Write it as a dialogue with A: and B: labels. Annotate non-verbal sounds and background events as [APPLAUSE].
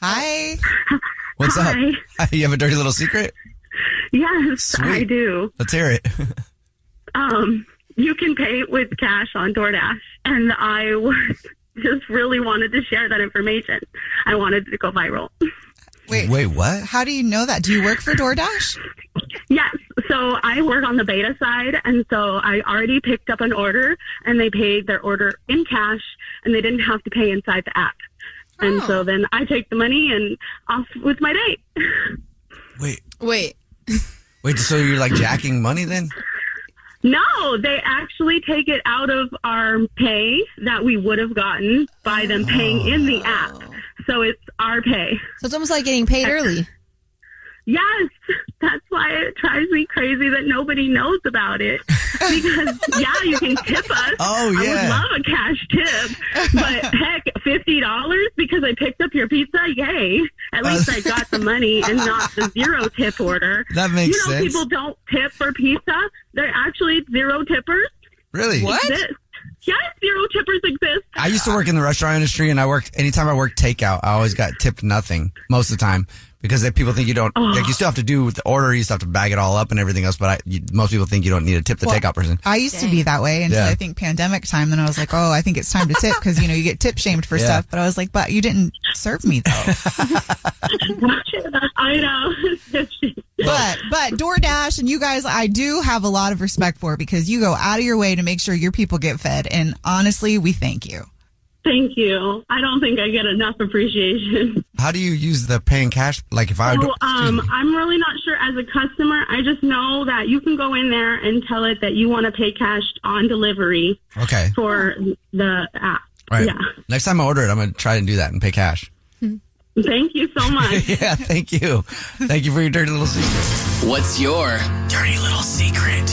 A: Hi.
B: What's
C: Hi.
B: up? [LAUGHS] You have a dirty little secret?
C: Yes, I
B: Sweet.
C: do.
B: Let's hear it.
C: Um, you can pay with cash on DoorDash, and I was [LAUGHS] just really wanted to share that information. I wanted it to go viral.
A: [LAUGHS]
C: [LAUGHS]
A: Wait.
B: Wait, what?
A: How do you know that? Do you work for DoorDash?
C: Yes, so I work on the beta side, and so I already picked up an order, and they paid their order in cash, and they didn't have to pay inside the app. And
A: Oh.
C: so then I take the money and off with my day.
B: Wait,
D: Wait,
B: wait. So you're like jacking money then?
C: No, they actually take it out of our pay that we would have gotten by them paying in
B: Oh.
C: the app. So it's our pay.
D: so it's almost like getting paid early.
C: Yes, [LAUGHS] that's why it drives me crazy that nobody knows
B: [LAUGHS]
C: about it. Because yeah, you can tip us.
B: Oh, yeah.
C: I would love a cash tip,
B: [LAUGHS]
C: but heck, fifty dollars because I picked up your pizza. Yay!
B: Uh,
C: At least I got the money and
B: [LAUGHS]
C: not the zero tip order.
B: That makes
C: You know,
B: sense.
C: people don't tip for pizza. They're actually zero tippers.
B: Really?
C: exist. Yes, zero tippers exist.
B: I used to work in the restaurant industry, and I worked anytime I worked takeout, I always got tipped nothing most of the time because then people think you don't. Like you still have to do with the order, you still have to bag it all up and everything else. But I, you, most people think you don't need to tip the
A: Well,
B: takeout person.
A: I used to be that way until
B: Yeah.
A: I think pandemic time. Then I was like, oh, I think it's time to tip because you know you get tip shamed for
B: Yeah.
A: stuff. But I was like, but you didn't serve me though.
C: I know. [LAUGHS]
A: but but DoorDash and you guys, I do have a lot of respect for because you go out of your way to make sure your people get fed. And honestly, we thank you.
C: Thank you. I don't think I get enough appreciation.
B: How do you use the paying cash? Like if I,
C: So,
B: do-
C: um, I'm really not sure as a customer. I just know that you can go in there and tell it that you want to pay cash on delivery
B: okay,
C: for the app.
B: right.
C: Yeah.
B: Next time I order it, I'm gonna try and do that and pay cash.
C: Thank you
B: [LAUGHS]
C: so much.
B: yeah, thank you, thank you for your dirty little secret.
E: What's your dirty little secret?